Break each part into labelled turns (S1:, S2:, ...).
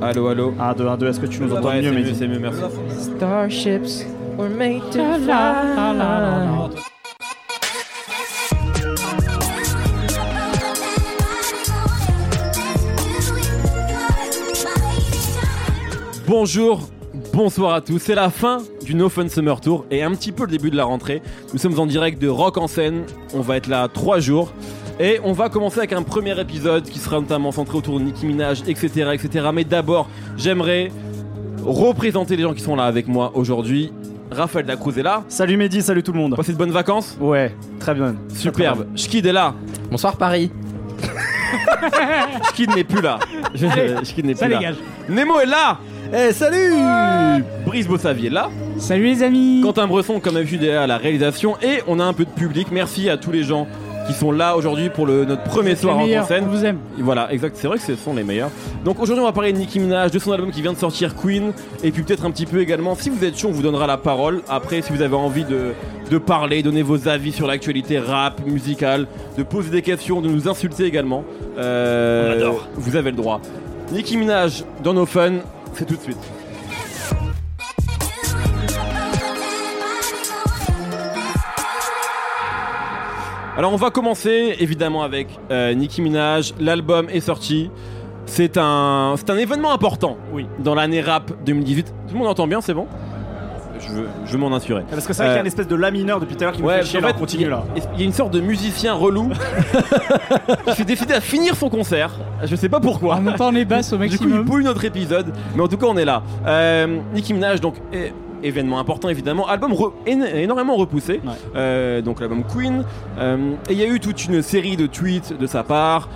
S1: Allô, allô.
S2: 1, 2, 1, 2, est-ce que tu nous entends
S1: Ouais,
S2: mieux,
S1: c'est mieux,
S2: Mehdi
S1: c'est mieux, merci.
S3: Starships were made to fly.
S1: Bonjour, bonsoir à tous. C'est la fin du No Fun Summer Tour et un petit peu le début de la rentrée. Nous sommes en direct de Rock en scène. On va être là trois jours. Et on va commencer avec un premier épisode qui sera notamment centré autour de Nicki Minaj, etc. etc. Mais d'abord, j'aimerais représenter les gens qui sont là avec moi aujourd'hui. Raphaël Dacruz est là.
S2: Salut Mehdi, salut tout le monde.
S1: Passez de bonnes vacances.
S2: Ouais, très bien.
S1: Superbe. Schkid est là.
S3: Bonsoir Paris.
S1: Schkid n'est plus là. Je- Schkid n'est plus là. Nemo est là.
S4: Eh salut
S1: Brice Bossavier est là.
S5: Salut les amis
S1: Quentin Bresson, comme d'habitude, est à la réalisation et on a un peu de public. Merci à tous les gens qui sont là aujourd'hui pour le- notre premier soir
S5: Les
S1: en
S5: meilleurs, on
S1: scène.
S5: vous aime.
S1: Et Voilà, exact, c'est vrai que ce sont les meilleurs. Donc aujourd'hui, on va parler de Nicki Minaj, de son album qui vient de sortir Queen, et puis peut-être un petit peu également. Si vous êtes chaud, on vous donnera la parole. Après, si vous avez envie de, de parler, donner vos avis sur l'actualité rap, musicale, de poser des questions, de nous insulter également, euh, vous avez le droit. Nicki Minaj dans nos fun, c'est tout de suite. Alors on va commencer évidemment avec euh, Nicki Minaj. L'album est sorti. C'est un, c'est un événement important
S2: Oui.
S1: dans l'année rap 2018. Tout le monde entend bien, c'est bon Je veux, je veux m'en assurer.
S2: Parce que c'est vrai qu'il y a
S1: Euh,
S2: une espèce de la mineur depuis tout à l'heure qui me fait chier, là, on continue
S1: il y a-
S2: là.
S1: il y a une sorte de musicien relou qui s'est décidé à finir son concert. Je sais pas pourquoi.
S5: Ah, On montant les basses au
S1: Du coup, il
S5: maximum.
S1: bouille notre épisode, mais en tout cas, on est là. Euh, Nicki Minaj, donc é- événement important évidemment, album re- éno- énormément repoussé,
S2: Ouais.
S1: Euh, donc l'album Queen. Euh, et il y a eu toute une série de tweets de sa part.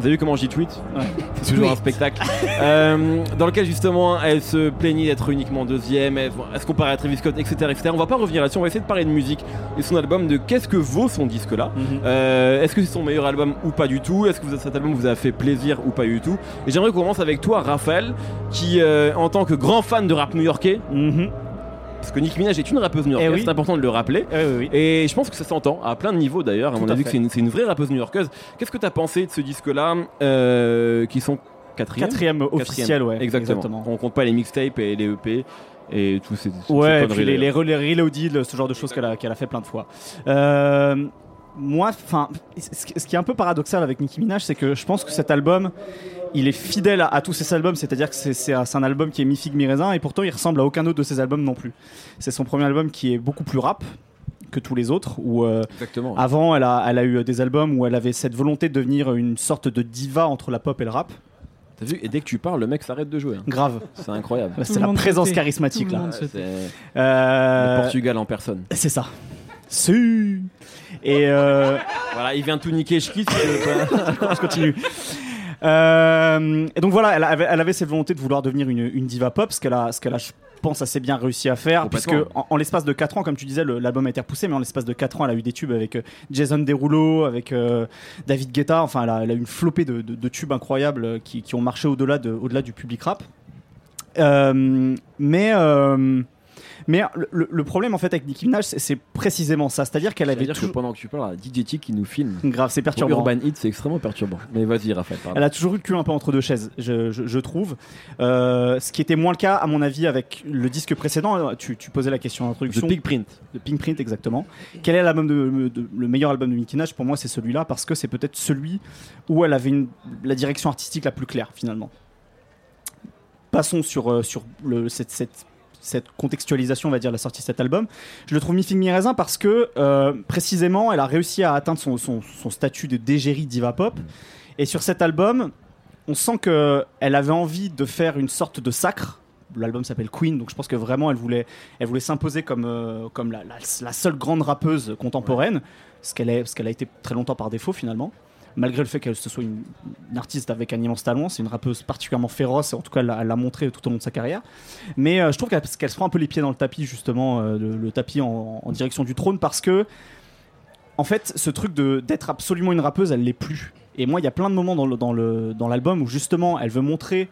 S1: Vous avez vu comment je dis tweet
S2: Ouais.
S1: C'est toujours un
S5: Tweet.
S1: spectacle. Euh, dans lequel justement elle se plaignait d'être uniquement deuxième, elle, elle se comparait à Travis Scott, etc., etc. On va pas revenir là-dessus, on va essayer de parler de musique et son album, de qu'est-ce que vaut son disque là.
S2: Mhm.
S1: Euh, Est-ce que c'est son meilleur album ou pas du tout Est-ce que vous- cet album vous a fait plaisir ou pas du tout Et j'aimerais qu'on commence avec toi, Raphaël, qui, euh, en tant que grand fan de rap new-yorkais,
S2: Mhm.
S1: parce que Nicki Minaj est une rappeuse new-yorkaise,
S2: Eh oui.
S1: c'est important de le rappeler.
S2: Eh oui, oui.
S1: Et je pense que ça s'entend à plein de niveaux d'ailleurs.
S2: Tout
S1: On a
S2: à
S1: vu
S2: fait.
S1: que c'est une, c'est une vraie rappeuse new-yorkaise. Qu'est-ce que t'as pensé de ce disque-là, euh, qui sont quatrième,
S2: Quatrième officiel, ouais.
S1: exactement. On compte pas les mixtapes et les EP et tous ces. ces
S2: Ouais, et
S1: conneries,
S2: puis les,
S1: d'ailleurs.
S2: les, les reloaded, le- ce genre de choses qu'elle a, qu'elle a fait plein de fois. Euh, moi, enfin, ce qui- ce qui est un peu paradoxal avec Nicki Minaj, c'est que je pense que cet album, il est fidèle à, à tous ses albums, c'est-à-dire que c'est- c'est un c'est un album qui est mi-figue, mi-raisin, et pourtant il ressemble à aucun autre de ses albums non plus. C'est son premier album qui est beaucoup plus rap que tous les autres, où euh,
S1: Exactement.
S2: avant elle a, elle a eu des albums où elle avait cette volonté de devenir une sorte de diva entre la pop et le rap.
S1: T'as vu Et dès que tu parles, le mec s'arrête de jouer. hein.
S2: Grave,
S1: C'est incroyable.
S2: Là,
S5: Tout
S2: c'est
S5: le
S2: la
S5: monde
S2: présence
S5: sautait.
S2: charismatique
S5: Tout le
S2: là.
S5: monde
S1: C'est
S2: Euh,
S1: le Portugal en personne.
S2: C'est ça. Su. Et euh,
S1: Voilà, il vient tout niquer, je quitte.
S2: je continue. Euh, et donc voilà, elle avait, elle avait cette volonté de vouloir devenir une, une diva pop, ce qu'elle a, ce qu'elle a, je pense, assez bien réussi à faire, puisque
S1: Complètement.
S2: en, en l'espace de 4 ans, comme tu disais, le- l'album a été repoussé, mais en l'espace de 4 ans, elle a eu des tubes avec euh, Jason Derulo, avec euh, David Guetta, enfin, elle a, elle a eu une flopée de, de- de tubes incroyables euh, qui, qui ont marché au-delà de, au-delà du public rap. Euh, mais euh, mais le- le, le problème en fait avec Nicki Minaj, c'est, c'est précisément ça, c'est-à-dire qu'elle avait
S1: C'est-à-dire que
S2: toujours-
S1: pendant que tu parles, DJ T qui nous filme.
S2: grave, c'est
S1: Sur
S2: perturbant.
S1: Urban Hit, c'est extrêmement perturbant. Mais vas-y, Raphaël. pardon.
S2: Elle a toujours eu le cul un peu entre deux chaises, je, je- je trouve. Euh, ce qui était moins le cas, à mon avis, avec le disque précédent. Tu, tu posais la question
S1: The
S2: d'introduction
S1: Pig Print.
S2: de Pink Print, exactement. Quel est l'album de, de- le meilleur album de Nicki Minaj Pour moi, c'est celui-là parce que c'est peut-être celui où elle avait une- la direction artistique la plus claire, finalement. Passons sur, euh, sur le, cette, cette- cette contextualisation, on va dire, de la sortie de cet album. Je le trouve mi-fig mi-raisin parce que, euh, précisément, elle a réussi à atteindre son, son- son statut de dégérie diva pop. Et sur cet album, on sent qu'elle avait envie de faire une sorte de sacre. L'album s'appelle Queen, donc je pense que vraiment elle voulait, elle voulait s'imposer comme, euh, comme la, la- la seule grande rappeuse contemporaine, ce qu'elle est, ce qu'elle a été très longtemps par défaut finalement. Malgré le fait qu'elle se soit une, une artiste avec un immense talent, c'est une rappeuse particulièrement féroce, et en tout cas elle l'a- elle l'a montré tout au long de sa carrière. Mais euh, je trouve qu'elle qu'elle se prend un peu les pieds dans le tapis, justement, euh, le, le tapis en, en direction du trône, parce que, en fait, ce truc de- d'être absolument une rappeuse, elle l'est plus. Et moi, il y a plein de moments dans l'album le, dans le, dans l'album où, justement, elle veut montrer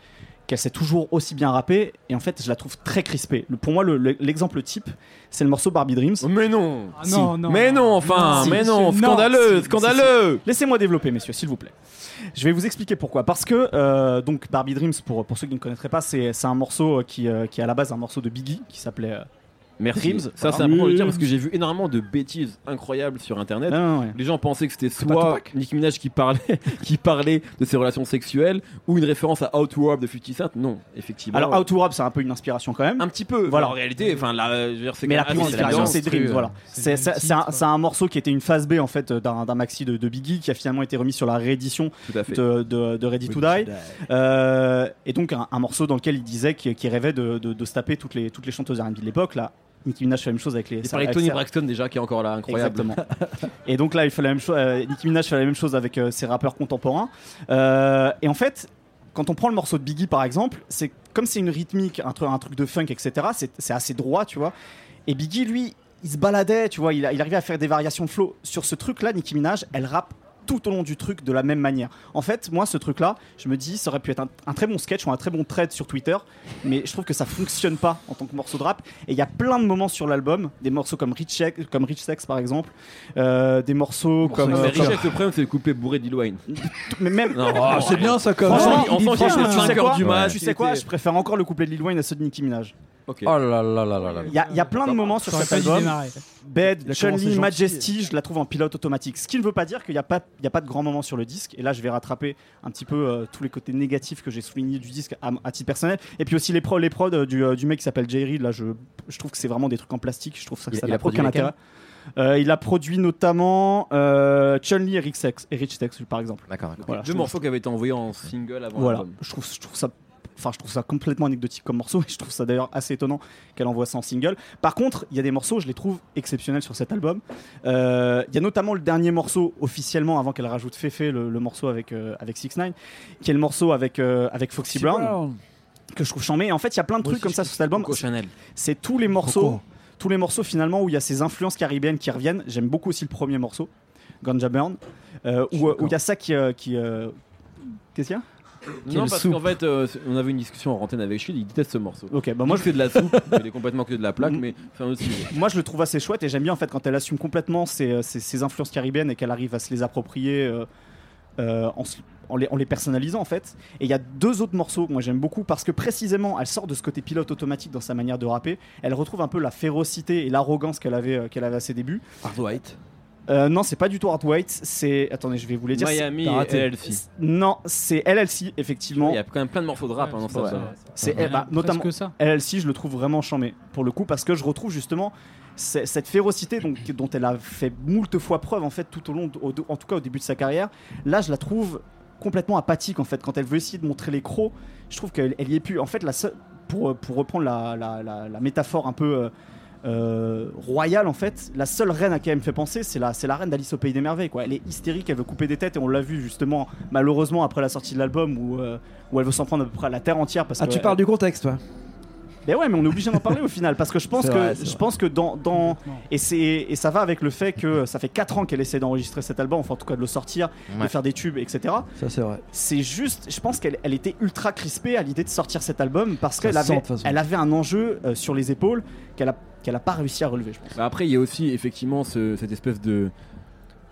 S2: qu'elle sait toujours aussi bien rapper. Et en fait, je la trouve très crispée. Le- pour moi, le- le- l'exemple type, c'est le morceau Barbie Dreams.
S1: Oh, Mais non
S5: Ah,
S2: Si.
S5: non, non.
S1: Mais non, enfin
S5: Si,
S1: Mais
S5: si,
S1: non
S5: si,
S1: Scandaleux
S5: si, si,
S1: Scandaleux
S2: Laissez-moi développer, messieurs, s'il vous plaît. Je vais vous expliquer pourquoi. Parce que, euh, donc, Barbie Dreams, pour, pour ceux qui ne connaîtraient pas, c'est c'est un morceau euh, qui, euh, qui est à la base un morceau de Biggie qui s'appelait. euh,
S1: Merci.
S2: Dreams.
S1: Ça, c'est
S2: Voilà.
S1: important de le dire parce que j'ai vu énormément de bêtises incroyables sur internet.
S2: non, non, ouais.
S1: Les gens pensaient que c'était
S2: Hein pas
S1: soit
S2: Tupac
S1: Nicki Minaj qui parlait, qui parlait de ses relations sexuelles ou une référence à Outward de 50 Cent. Non, effectivement.
S2: Alors, Out to Rap, c'est un peu une inspiration quand même.
S1: un petit peu.
S2: Voilà.
S1: Voilà. En réalité, enfin, là, euh, je veux dire, c'est euh,
S2: Mais la
S1: quand même
S2: plus grande
S1: assez
S2: inspiration,
S1: évident.
S2: c'est Dreams.
S3: monstrueux.
S2: Voilà. C'est
S5: C'est
S2: c'est-
S5: le
S2: c'est un,
S5: titre.
S2: c'est un morceau qui était une phase B en fait euh, d'un d'un maxi de, de Biggie qui a finalement été remis sur la réédition
S1: Tout à fait.
S2: de, de- de Ready to Die. Euh, et donc un, un morceau dans lequel il disait qu'il qu'il rêvait de, de- de se taper toutes les, toutes les chanteuses R&B de l'époque. Là, Nicki Minaj fait la même chose avec les.
S1: Il parlait de
S2: avec
S1: Tony
S2: ses-
S1: Braxton déjà qui est encore là, incroyable.
S2: Exactement. et donc là, il fait la même chose. euh, Nicki Minaj fait la même chose avec euh, ses rappeurs contemporains. Euh, et en fait, quand on prend le morceau de Biggie par exemple, c'est comme c'est une rythmique, un, tru- un truc de funk, etc. C'est c'est assez droit, tu vois. Et Biggie, lui, il se baladait, tu vois. Il, a- il arrivait à faire des variations de flow. Sur ce truc-là, Nicki Minaj, elle rappe tout au long du truc de la même manière. En fait, moi, ce truc-là, je me dis, ça aurait pu être un, un très bon sketch ou un très bon trade sur Twitter, mais je trouve que ça fonctionne pas en tant que morceau de rap. Et il y a plein de moments sur l'album, des morceaux comme Rich, Sex- comme Rich Sex, par exemple, euh, des morceaux comme.
S1: Mais
S2: euh, comme-
S1: Richesse, le problème, c'est le coupé bourré d'Il Wayne.
S2: mais même.
S1: Non,
S4: Ah, c'est bien ça quand
S2: Franchement,
S4: même.
S1: Franchement, il-
S5: il
S1: enfant,
S5: dit
S1: j'ai
S5: bien,
S1: fait
S5: hein.
S1: 5 heures du
S3: Ouais.
S1: match.
S2: Tu sais quoi, je préfère encore le couplet de Lil Wayne à ceux de Nicki Minaj.
S1: Ok.
S4: Oh là là là là là.
S2: Il y, a- il y a plein de moments sur
S5: Bah, J'aurais
S2: cet
S5: pas dû
S2: album.
S5: démarrer.
S2: Bed,
S4: Il a commencé
S2: Chun-Li,
S4: gentil.
S2: Majesty, je la trouve en pilote automatique. Ce qui ne veut pas dire qu'il n'y a, pas- il y a pas de grand moment sur le disque. Et là, je vais rattraper un petit peu euh, tous les côtés négatifs que j'ai soulignés du disque à, à titre personnel. Et puis aussi les prods les prods, euh, du, euh, du mec qui s'appelle Jay Reed. Là, je, je trouve que c'est vraiment des trucs en plastique. Je trouve ça, que
S1: Il-
S2: ça
S1: il
S2: n'a
S1: a produit
S2: aucun
S1: lesquels
S2: intérêt. Euh, il a produit notamment euh, Chun-Li et Rich Sex, et Rich Sex, par exemple.
S3: D'accord, d'accord.
S2: Voilà, je
S1: Deux
S2: trouve-
S1: morceaux qui avaient été envoyés en single avant
S2: voilà,
S1: l'album.
S2: je trouve, je trouve ça. Enfin, je trouve ça complètement anecdotique comme morceau et je trouve ça d'ailleurs assez étonnant qu'elle envoie ça en single. Par contre, il y a des morceaux, je les trouve exceptionnels sur cet album. Euh, Il y a notamment le dernier morceau officiellement avant qu'elle rajoute Fefe, le, le morceau avec euh, avec Six Nine, qui est le morceau avec euh, avec Foxy Brown que je trouve chambé. Et en fait, il y a plein de trucs comme ça sur cet album.
S1: Coco Chanel.
S2: C'est tous les morceaux, tous les morceaux finalement où il y a ces influences caribéennes qui reviennent. J'aime beaucoup aussi le premier morceau, Ganja Burn, euh, où où il y a ça qui euh, qui euh, Qu'est-ce qu'il y a
S1: Non,
S3: Quelle
S1: parce
S3: soupe.
S1: qu'en fait, euh, on avait une discussion en antenne avec Shield, il déteste ce morceau.
S2: Ok, bah
S1: Moi,
S2: moi
S1: je fais de la soupe, il est complètement que de la plaque, mais c'est un autre sujet.
S2: Moi, je le trouve assez chouette et j'aime bien en fait quand elle assume complètement ses, euh, ses- ses influences caribéennes et qu'elle arrive à se les approprier euh, euh, en, se- en les, en les personnalisant en fait. Et il y a deux autres morceaux que moi j'aime beaucoup parce que précisément elle sort de ce côté pilote automatique dans sa manière de rapper. Elle retrouve un peu la férocité et l'arrogance qu'elle avait, euh, qu'elle avait à ses débuts.
S1: Hard White.
S2: Euh, non, c'est pas du tout Art White, c'est. Attendez, je vais vous les dire. c'est-
S1: Miami
S2: T'as raté.
S1: et LLC.
S2: C'est- Non, c'est LLC, effectivement.
S1: Il y a quand même plein de morceaux de rap hein, dans cet
S2: Ouais.
S1: album.
S2: C'est eh, bah, notamment.
S5: que ça.
S2: LLC, je le trouve vraiment chambé pour le coup parce que je retrouve justement ce- cette férocité donc, dont elle a fait moult fois preuve en fait tout au long, de- au- de- en tout cas au début de sa carrière. Là, je la trouve complètement apathique en fait quand elle veut essayer de montrer les crocs. Je trouve qu'elle elle y est plus. En fait, la seule- pour, euh, pour reprendre la, la- la- la métaphore un peu euh, euh, royale en fait, la seule reine à qui elle me fait penser, c'est la, c'est la reine d'Alice au pays des merveilles quoi. Elle est hystérique, elle veut couper des têtes et on l'a vu justement malheureusement après la sortie de l'album où, euh, où elle veut s'en prendre à peu près à la terre entière parce
S4: Ah,
S2: que
S4: tu
S2: elle-
S4: parles du contexte, toi.
S2: mais Ben ouais, mais on est obligé d'en parler au final parce que je pense
S4: C'est
S2: que
S4: vrai, c'est
S2: je
S4: vrai.
S2: pense que dans, dans et c'est et ça va avec le fait que ça fait 4 ans qu'elle essaie d'enregistrer cet album, enfin en tout cas de le sortir, de
S3: Ouais.
S2: faire des tubes, etc.
S4: Ça, c'est vrai.
S2: C'est juste, je pense qu'elle elle était ultra crispée à l'idée de sortir cet album parce qu'elle
S4: se sent, de
S2: avait
S4: toute façon.
S2: elle avait un enjeu euh, sur les épaules qu'elle a qu'elle a pas réussi à relever. Je pense.
S1: Bah Après, il y a aussi effectivement ce- cette espèce de,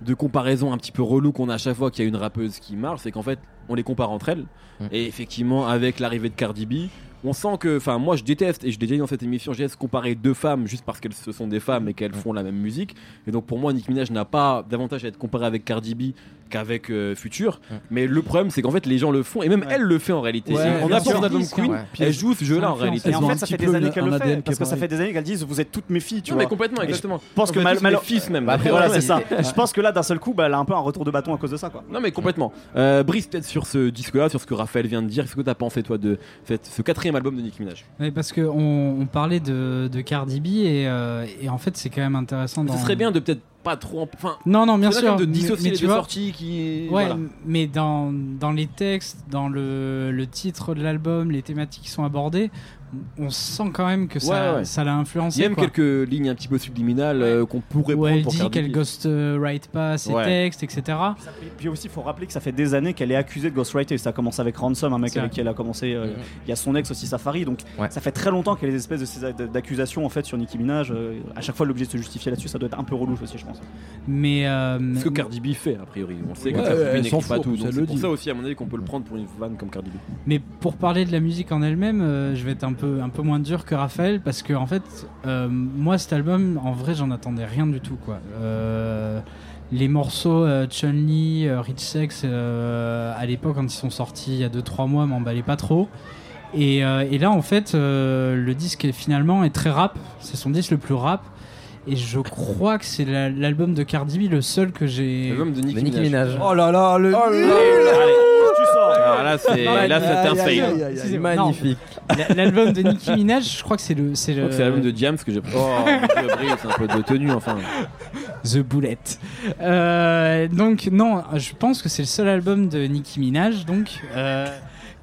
S1: de comparaison un petit peu relou qu'on a à chaque fois qu'il y a une rappeuse qui marche, c'est qu'en fait, on les compare entre elles.
S3: Mm.
S1: Et effectivement, avec l'arrivée de Cardi B, on sent que, enfin, moi je déteste, et je l'ai déjà dit dans cette émission, je déteste comparer deux femmes juste parce qu'elles se sont des femmes et
S3: Mm.
S1: qu'elles font la même musique. Et donc pour moi, Nicki Minaj n'a pas davantage à être comparée avec Cardi B qu'avec euh, Future.
S3: Mm.
S1: Mais le problème, c'est qu'en fait, les gens le font, et même
S2: Ouais.
S1: elle le fait en réalité.
S4: Ouais,
S1: on
S5: bien
S1: a pour
S5: sûr.
S1: son album
S5: Disque,
S1: Queen,
S3: ouais.
S1: elle joue ce jeu-là en
S5: Influence.
S1: réalité.
S5: Elles
S2: Et en
S4: ont
S2: fait,
S4: un
S2: ça
S4: petit
S2: fait
S4: peu
S2: des
S4: le-
S2: années qu'elle
S4: un
S2: le fait
S4: ADN qui est
S2: parce que ça
S4: pareil.
S2: fait des années qu'elle disent vous êtes toutes mes filles, tu
S1: Non,
S2: vois.
S1: mais complètement,
S2: Et je
S1: exactement.
S2: Je pense que
S1: Vous êtes
S2: mal,
S1: tous
S2: mal-
S1: mes fils même.
S2: Après, voilà,
S1: Ouais.
S2: c'est ça. Je pense que là, d'un seul coup, bah, elle a un peu un retour de bâton à cause de ça, quoi.
S1: Non mais complètement. Euh, Brice, peut-être sur ce disque-là, sur ce que Raphaël vient de dire, qu'est-ce que t'as pensé toi de cette- ce quatrième album de Nicki Minaj
S5: Ouais, parce que on, on parlait de, de Cardi B et, euh, et en fait c'est quand même intéressant.
S1: Ce
S5: dans-
S1: serait bien de peut-être pas trop... en- Enfin,
S5: Non non bien
S1: c'est
S5: sûr.
S1: bien de
S5: mais-
S1: dissocier
S5: mais
S1: les
S5: tu
S1: deux
S5: vois,
S1: sorties qui...
S5: Ouais,
S1: voilà.
S5: m- mais dans, dans les textes, dans le, le titre de l'album, les thématiques qui sont abordées, on sent quand même que ça
S1: Ouais, ouais.
S5: ça l'a
S1: Il y a
S5: influencé.
S1: même
S5: quoi.
S1: quelques lignes un petit peu subliminales euh, qu'on pourrait
S5: Où
S1: prendre
S5: elle
S1: pour
S5: dit
S1: Cardi
S5: qu'elle
S1: B.
S5: ghost euh, write pas ses
S1: Ouais.
S5: textes, etc.
S2: Et puis aussi, il faut rappeler que ça fait des années qu'elle est accusée de ghostwriter. Ça a commencé avec Ransom, un mec
S5: C'est
S2: avec
S5: vrai. Mm-hmm.
S2: qui elle a commencé. euh, Il
S4: Mhm.
S2: y a son ex aussi, Safari. Donc
S4: Ouais.
S2: ça fait très longtemps qu'elle a des espèces de ces a- d'accusations en fait sur Nicki Minaj. euh, à chaque fois, elle est obligée de se justifier là-dessus. Ça doit être un peu relou aussi, je pense.
S5: Mais euh,
S1: C'est ce que Cardi B fait, a priori. On sait que
S4: Ouais,
S1: Cardi B
S4: elle
S1: n'écrit
S4: s'en
S1: pas
S4: fout,
S1: tout.
S4: ça
S1: donc
S4: le
S1: C'est pour
S4: dit.
S1: ça aussi, à mon avis, qu'on peut le prendre pour une vanne comme Cardi B.
S5: Mais pour parler de la musique en elle-même, euh, je vais être un peu, un peu moins dur que Raphaël parce que en fait, euh, moi cet album, en vrai, j'en attendais rien du tout quoi. Euh, les morceaux euh, Chun-Li, euh, Rich Sex, euh, à l'époque quand ils sont sortis il y a 2-3 mois, m'emballaient pas trop. Et, euh, et là, en fait, euh, le disque est finalement est très rap. C'est son disque le plus rap. Et je crois que c'est la- l'album de Cardi B, le seul que j'ai.
S1: L'album de
S4: De
S1: Nicki
S4: Nicki
S1: Minaj.
S4: Minaj. Oh là là, le.
S2: Allez, tu sors.
S1: Ah, là, c'est là, c'est un fail.
S5: aïe, aïe.
S4: C'est magnifique.
S5: La- L'album de Nicki Minaj, je crois que c'est le. C'est
S1: Je
S5: le-
S1: crois que c'est l'album de James que j'ai. Oh, Dieu, Brice, c'est un peu de tenue, enfin.
S5: The Bullet. Euh, donc non, je pense que c'est le seul album de Nicki Minaj, donc euh,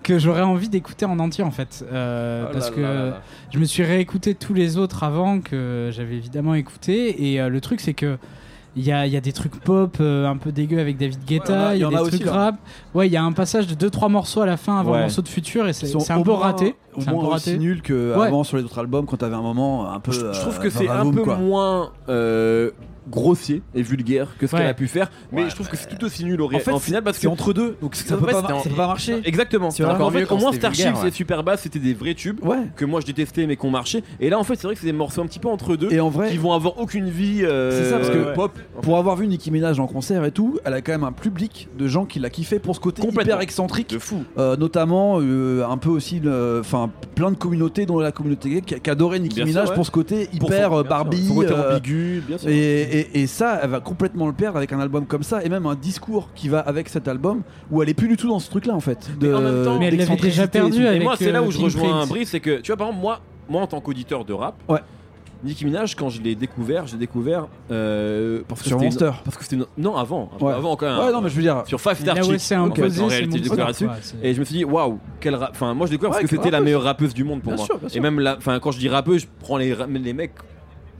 S5: que j'aurais envie d'écouter en entier en fait,
S4: Oh
S5: Euh, parce que je me suis réécouté tous les autres avant que j'avais évidemment écouté, et euh, le truc c'est que il y a, il y a des trucs pop euh, un peu dégueu avec David Guetta,
S4: Ouais, il
S5: il y
S4: y
S5: a
S4: en
S5: des
S4: a aussi,
S5: trucs
S4: là.
S5: rap. Ouais, il y a un passage de 2-3 morceaux à la fin avant
S1: Ouais.
S5: le morceau de Futur et c'est
S4: Ils sont
S5: c'est un
S4: au
S5: peu
S4: moins-
S5: raté.
S4: Au
S5: C'est un peu
S4: moins aussi
S5: raté.
S4: nul que
S5: Ouais.
S4: avant sur les autres albums quand t'avais un moment un peu.
S1: Je
S4: euh,
S1: trouve que c'est un
S4: vavavoom,
S1: peu
S4: quoi.
S1: moins euh, grossier et vulgaire que ce
S5: Ouais.
S1: qu'elle a pu faire, mais je trouve que c'est tout aussi nul au ré-
S4: En fait,
S1: en finale parce que
S4: C'est entre deux, donc ça peut
S1: ouais,
S4: pas
S1: c'était
S4: mar-
S1: en-
S4: ça peut pas marcher.
S1: Exactement.
S4: C'est
S1: Alors
S4: encore
S1: qu'en fait,
S4: mieux
S1: au
S4: quand
S1: moins
S4: c'était
S1: Starship,
S4: vulgaire, ouais.
S1: c'est super bas, c'était des vrais tubes
S4: Ouais.
S1: que moi je détestais mais qu'on marchait. Et là, en fait, c'est vrai que c'est des morceaux un petit peu entre deux
S4: Et en vrai,
S1: qui vont avoir aucune vie. euh,
S4: C'est ça, parce que-
S1: pop.
S4: pour avoir vu Nicki Minaj en concert et tout, elle a quand même un public de gens qui l'a kiffé pour ce côté
S1: Complètement.
S4: hyper excentrique.
S1: De fou.
S4: euh, notamment euh, un peu aussi le- enfin plein de communautés dont la communauté gay qui, qui adorait Nicki
S1: Bien sûr,
S4: Minaj
S1: ouais.
S4: pour ce côté
S1: Pour
S4: hyper
S1: son- bien
S4: euh,
S1: sûr,
S4: Barbie
S1: son côté
S4: euh,
S1: ambigu, bien sûr.
S4: et, et- et ça elle va complètement le perdre avec un album comme ça et même un discours qui va avec cet album où elle est plus du tout dans ce truc là en fait de,
S1: Mais en même temps-
S5: Mais elle l'avait déjà
S4: d'excentricité et
S5: perdu
S4: tout.
S1: Et
S5: avec.
S1: moi, c'est là
S5: euh,
S1: où je
S5: Pink
S1: rejoins
S5: Print.
S1: Brice, c'est que, tu vois, par exemple, moi, moi en tant qu'auditeur de rap,
S4: Ouais.
S1: Nicki Minaj, quand je l'ai découvert, je l'ai découvert euh, parce que
S4: Sur
S1: c'était une-
S4: Monster.
S1: parce que c'était une- non avant,
S4: Ouais.
S1: avant quand même.
S4: ouais non mais je veux dire
S1: Sur Five Star
S5: Là où
S1: Chick.
S5: elle s'est
S1: en
S4: euh,
S1: fait,
S5: imposée,
S1: en
S5: c'est
S1: réalité, j'ai découvert
S5: Monster,
S1: là-dessus.
S5: quoi, c'est-
S1: Et je me suis dit, waouh, quel rap. Enfin, moi, je l'ai découvert
S4: Ouais,
S1: parce que
S4: quelle
S1: c'était la
S4: rappeuse.
S1: meilleure rappeuse du monde pour
S4: Bien
S1: moi.
S4: sûr, bien
S1: Et
S4: sûr.
S1: même la. Enfin, quand je dis rappeuse, je prends les, ra- les mecs.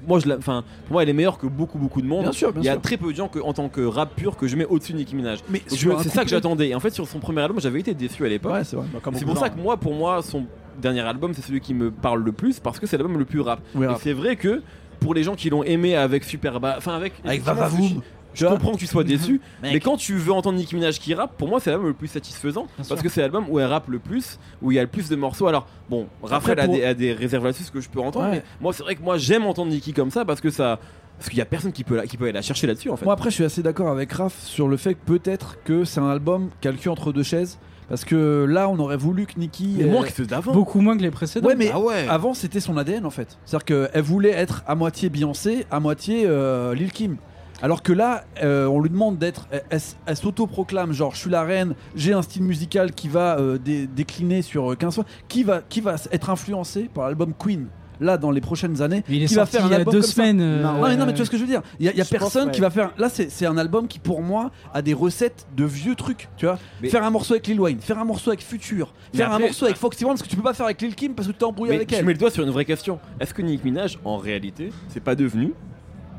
S1: Moi, je la- enfin, pour moi, elle est meilleure que beaucoup, beaucoup de monde.
S4: bien sûr bien
S1: Il y a
S4: sûr.
S1: très peu de gens que, en tant que rap pur que je mets au-dessus de Nicki Minaj.
S4: mais
S1: Donc, je-
S4: sur un
S1: C'est ça que
S4: couplet-
S1: j'attendais. Et en fait, sur son premier album, j'avais été déçu à l'époque.
S4: ouais c'est vrai
S2: Bah, comme
S1: C'est
S2: beaucoup
S1: pour
S2: de
S1: ça
S2: gens,
S1: que moi, pour moi, son dernier album, c'est celui qui me parle le plus parce que c'est l'album le plus rap.
S4: Ouais,
S1: Et c'est vrai que pour les gens qui l'ont aimé avec Superba, enfin avec
S4: avec
S1: vraiment, je-
S4: Vavavoom
S1: Je comprends que tu sois déçu,
S4: Mec.
S1: mais quand tu veux entendre Nicki Minaj qui rappe, pour moi c'est l'album le plus satisfaisant
S5: Bien
S1: parce
S5: sûr.
S1: que c'est l'album où elle rappe le plus, où il y a le plus de morceaux. Alors bon, Raphaël a,
S4: pour-
S1: des, a des réserves là-dessus, ce que je peux entendre.
S4: Ouais.
S1: Mais moi c'est vrai que moi j'aime entendre Nicki comme ça parce que ça, parce qu'il y a personne qui peut la, qui peut aller la chercher là-dessus en fait.
S4: Moi après je suis assez d'accord avec Raph sur le fait que peut-être que c'est un album calcul entre deux chaises parce que là on aurait voulu que Nicki
S1: Mais
S4: euh,
S1: moins que ceux d'avant.
S5: Beaucoup moins que les précédents.
S4: Ouais mais
S1: Ah ouais.
S4: avant c'était son ADN en fait. C'est-à-dire qu'elle voulait être à moitié Beyoncé, à moitié euh, Lil Kim. Alors que là, euh, on lui demande d'être. Elle, elle s- elle s'auto-proclame, genre je suis la reine, j'ai un style musical qui va euh, dé- décliner sur euh, 15 fois. Qui va, qui va s- être influencé par l'album Queen, là dans les prochaines années
S5: Mais il est
S4: Qui va
S5: sorti
S4: faire un
S5: il y a
S4: album
S5: deux
S4: comme ça.
S5: semaines.
S2: Non,
S4: non, mais non,
S5: euh,
S4: mais tu vois ce que je veux dire. Il y a, il y a
S2: Je pense,
S4: personne
S2: ouais.
S4: qui va faire. Là, c'est c'est un album qui, pour moi, a des recettes de vieux trucs. Tu vois,
S1: Mais-
S4: faire un morceau avec Lil Wayne, faire un morceau avec Future,
S1: Mais
S4: faire
S1: après-
S4: un morceau avec Foxy One, parce que tu peux pas faire avec Lil Kim parce que tu t'es embrouillé
S1: Mais
S4: avec
S1: je
S4: elle.
S1: mets le doigt sur une vraie question. Est-ce que Nicki Minaj, en réalité, c'est pas devenu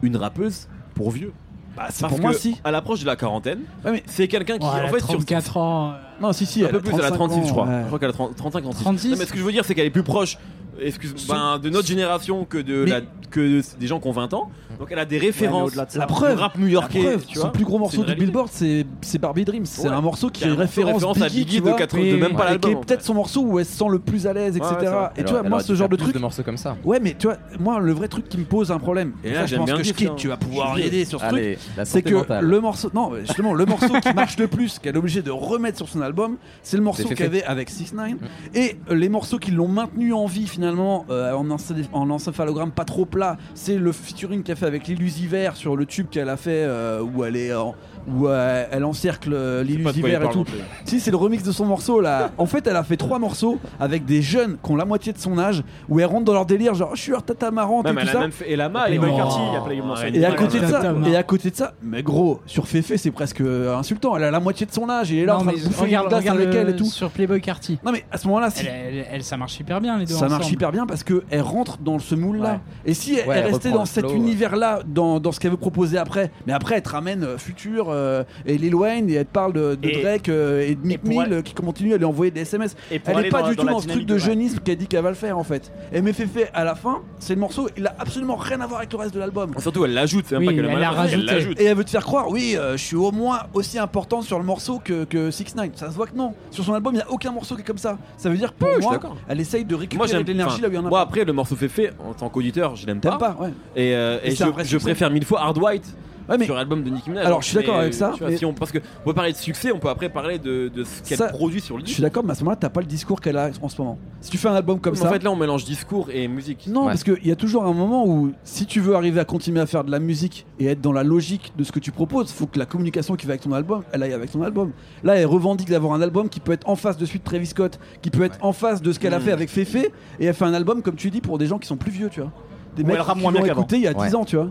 S1: une rappeuse pour vieux
S4: Bah, c'est
S1: Parce
S4: pour moi
S1: que
S4: si.
S1: à l'approche de la quarantaine,
S4: Ouais, mais-
S1: c'est quelqu'un qui
S5: Ouais, elle
S1: en
S5: a
S1: fait sur
S5: 34 ans. euh,
S4: Non, si, si.
S1: un peu plus, elle a 36
S4: ans,
S1: je crois.
S4: ouais.
S1: Je crois qu'elle a 30 35, 36.
S5: 36.
S1: Non, mais ce que je veux dire c'est qu'elle est plus proche excuse,
S4: Son-
S1: ben, de notre génération que, de
S4: Mais-
S1: la- que des gens qui ont 20 ans. Donc elle a des références.
S2: au-delà de ça,
S4: La
S1: du
S4: preuve.
S1: rap
S4: La
S1: new-yorkais,
S4: preuve,
S1: tu
S4: son
S1: vois.
S4: plus gros morceau
S1: une
S4: du
S1: réalité.
S4: Billboard, c'est c'est Barbie Dreams. C'est
S1: Ouais.
S4: un morceau qui
S1: Il y a
S4: est
S1: un morceau de
S4: référence,
S1: référence à Biggie
S4: tu
S1: de
S4: vois,
S1: 80,
S5: et-
S1: de même pas
S4: et qui est
S1: l'album. en
S4: peut-être
S1: fait.
S4: son morceau où elle se sent le plus à l'aise,
S1: Ouais,
S4: etc.
S1: ouais, c'est vrai.
S4: et tu vois, moi, ce genre de truc.
S6: de morceaux comme ça.
S4: Ouais, mais tu vois, moi, le vrai truc qui me pose un problème.
S1: Et
S4: ça,
S1: là,
S4: je
S1: j'aime
S4: pense
S1: bien
S4: que
S1: le
S4: je
S1: titre,
S4: quitte,
S1: hein.
S4: tu vas pouvoir l'aider sur ce truc.
S6: Allez, la
S4: C'est
S6: santé
S4: que
S6: mentale.
S4: le morceau, non, mais justement, le morceau qui marche le plus, qu'elle est obligée de remettre sur son album, c'est le morceau
S6: C'est fait,
S4: qu'elle avait avec 6 9 Et euh, les morceaux qui l'ont maintenu en vie finalement, euh, en, encé- en encéphalogramme pas trop plat, c'est le featuring qu'elle fait avec l'illusiver sur le tube qu'elle a fait euh, où elle est en, où euh, elle encercle euh,
S1: Je sais pas de quoi il
S4: l'univers et
S1: parle
S4: tout.
S1: non plus.
S4: Si c'est le remix de son morceau là. En fait, elle a fait trois morceaux avec des jeunes qui ont la moitié de son âge, où elle rentre dans leur délire, genre oh, je suis un tata marrante
S1: Non,
S4: et
S1: mais
S4: tout
S1: elle a
S4: ça.
S1: même fait. Et la maille.
S2: Playboy
S5: Oh.
S2: Carty, il y a Playboy Manson.
S1: Et
S4: Et à
S5: Ouais,
S4: côté de ça,
S5: tata marrante.
S4: et à côté de ça, mais gros, sur Féfé, c'est presque euh, insultant. Elle a la moitié de son âge et elle est là en train de bouffer une
S5: regarde,
S4: glace
S5: regarde
S4: avec
S5: le-
S4: elle et tout.
S5: sur Playboy Carty.
S4: Non mais à ce moment-là, si
S5: Elle, elle- elle- ça marche hyper bien les deux
S4: ça
S5: ensemble.
S4: marche hyper bien parce que elle rentre dans ce moule-là.
S5: Ouais.
S4: Et si elle,
S3: Ouais,
S4: elle
S3: elle
S4: restait
S3: reprend
S4: dans
S3: le
S4: cet
S3: flow, ouais.
S4: univers-là, dans, dans ce qu'elle veut proposer après, mais après elle te ramène euh, Future euh, et Lil Wayne et elle te parle de, de
S2: Et-
S4: Drake euh, et de Meek
S2: pour
S4: Mill
S2: elle-
S4: euh, qui continue à lui envoyer des SMS.
S2: Et pour
S4: Elle
S2: aller
S4: n'est pas
S2: dans-
S4: du
S2: dans
S4: tout
S2: la
S4: dans ce truc
S2: dynamique,
S4: de
S2: ouais.
S4: jeunisme qu'elle dit qu'elle va le faire en fait. Et mais Féfé à la fin, c'est le morceau, il a absolument rien à voir avec le reste de l'album.
S1: Surtout, elle l'ajoute. C'est même
S5: Oui,
S1: pas que
S5: elle
S1: la
S5: l'a
S1: maille, Elle
S5: rajouté.
S1: l'ajoute.
S4: Et elle veut te faire croire, oui, euh, je suis au moins aussi important sur le morceau que, que Six Nine. Ça se voit que non. Sur son album, il n'y a aucun morceau qui est comme ça. Ça veut dire pour
S1: je suis
S4: moi,
S1: d'accord.
S4: elle essaye de
S1: Moi,
S4: récupérer
S1: j'aime
S4: de l'énergie
S1: enfin,
S4: là où il y en a.
S1: Moi, ah.
S4: pas.
S1: après, le morceau fait fait, en tant qu'auditeur, je l'aime
S4: T'aimes
S1: pas.
S4: pas, ouais.
S1: Et, euh, et
S4: Et c'est
S1: je,
S4: un vrai
S1: je
S4: succès.
S1: préfère mille fois Hard White
S4: Ouais, Ah, mais
S1: sur l'album de Nicki Minaj.
S4: Alors, je suis d'accord
S1: Mais,
S4: avec ça,
S1: tu vois,
S4: mais-
S1: si on- parce que on peut parler de succès, on peut après parler de, de ce qu'elle
S4: Ça-
S1: produit sur le
S4: je
S1: disque.
S4: suis d'accord, mais à ce moment-là, t'as pas le discours qu'elle a en ce moment. Si tu fais un album comme
S1: Mais
S4: ça.
S1: En fait, là, on mélange discours et musique.
S4: Non,
S3: Ouais.
S4: parce qu'il y a toujours un moment où, si tu veux arriver à continuer à faire de la musique et être dans la logique de ce que tu proposes, faut que la communication qui va avec ton album, elle aille avec ton album. Là, elle revendique d'avoir un album qui peut être en face de suite Travis Scott, qui peut être en face de ce
S2: Mmh.
S4: qu'elle a
S1: Mm.
S4: fait avec Fefe, et elle fait un album, comme tu dis, pour des gens qui sont plus vieux, tu vois. Des
S2: Ou elle rappe
S4: qui
S2: moins
S4: l'ont
S2: bien qu'avant.
S4: écouté il y a
S3: Ouais.
S4: 10 ans, tu vois.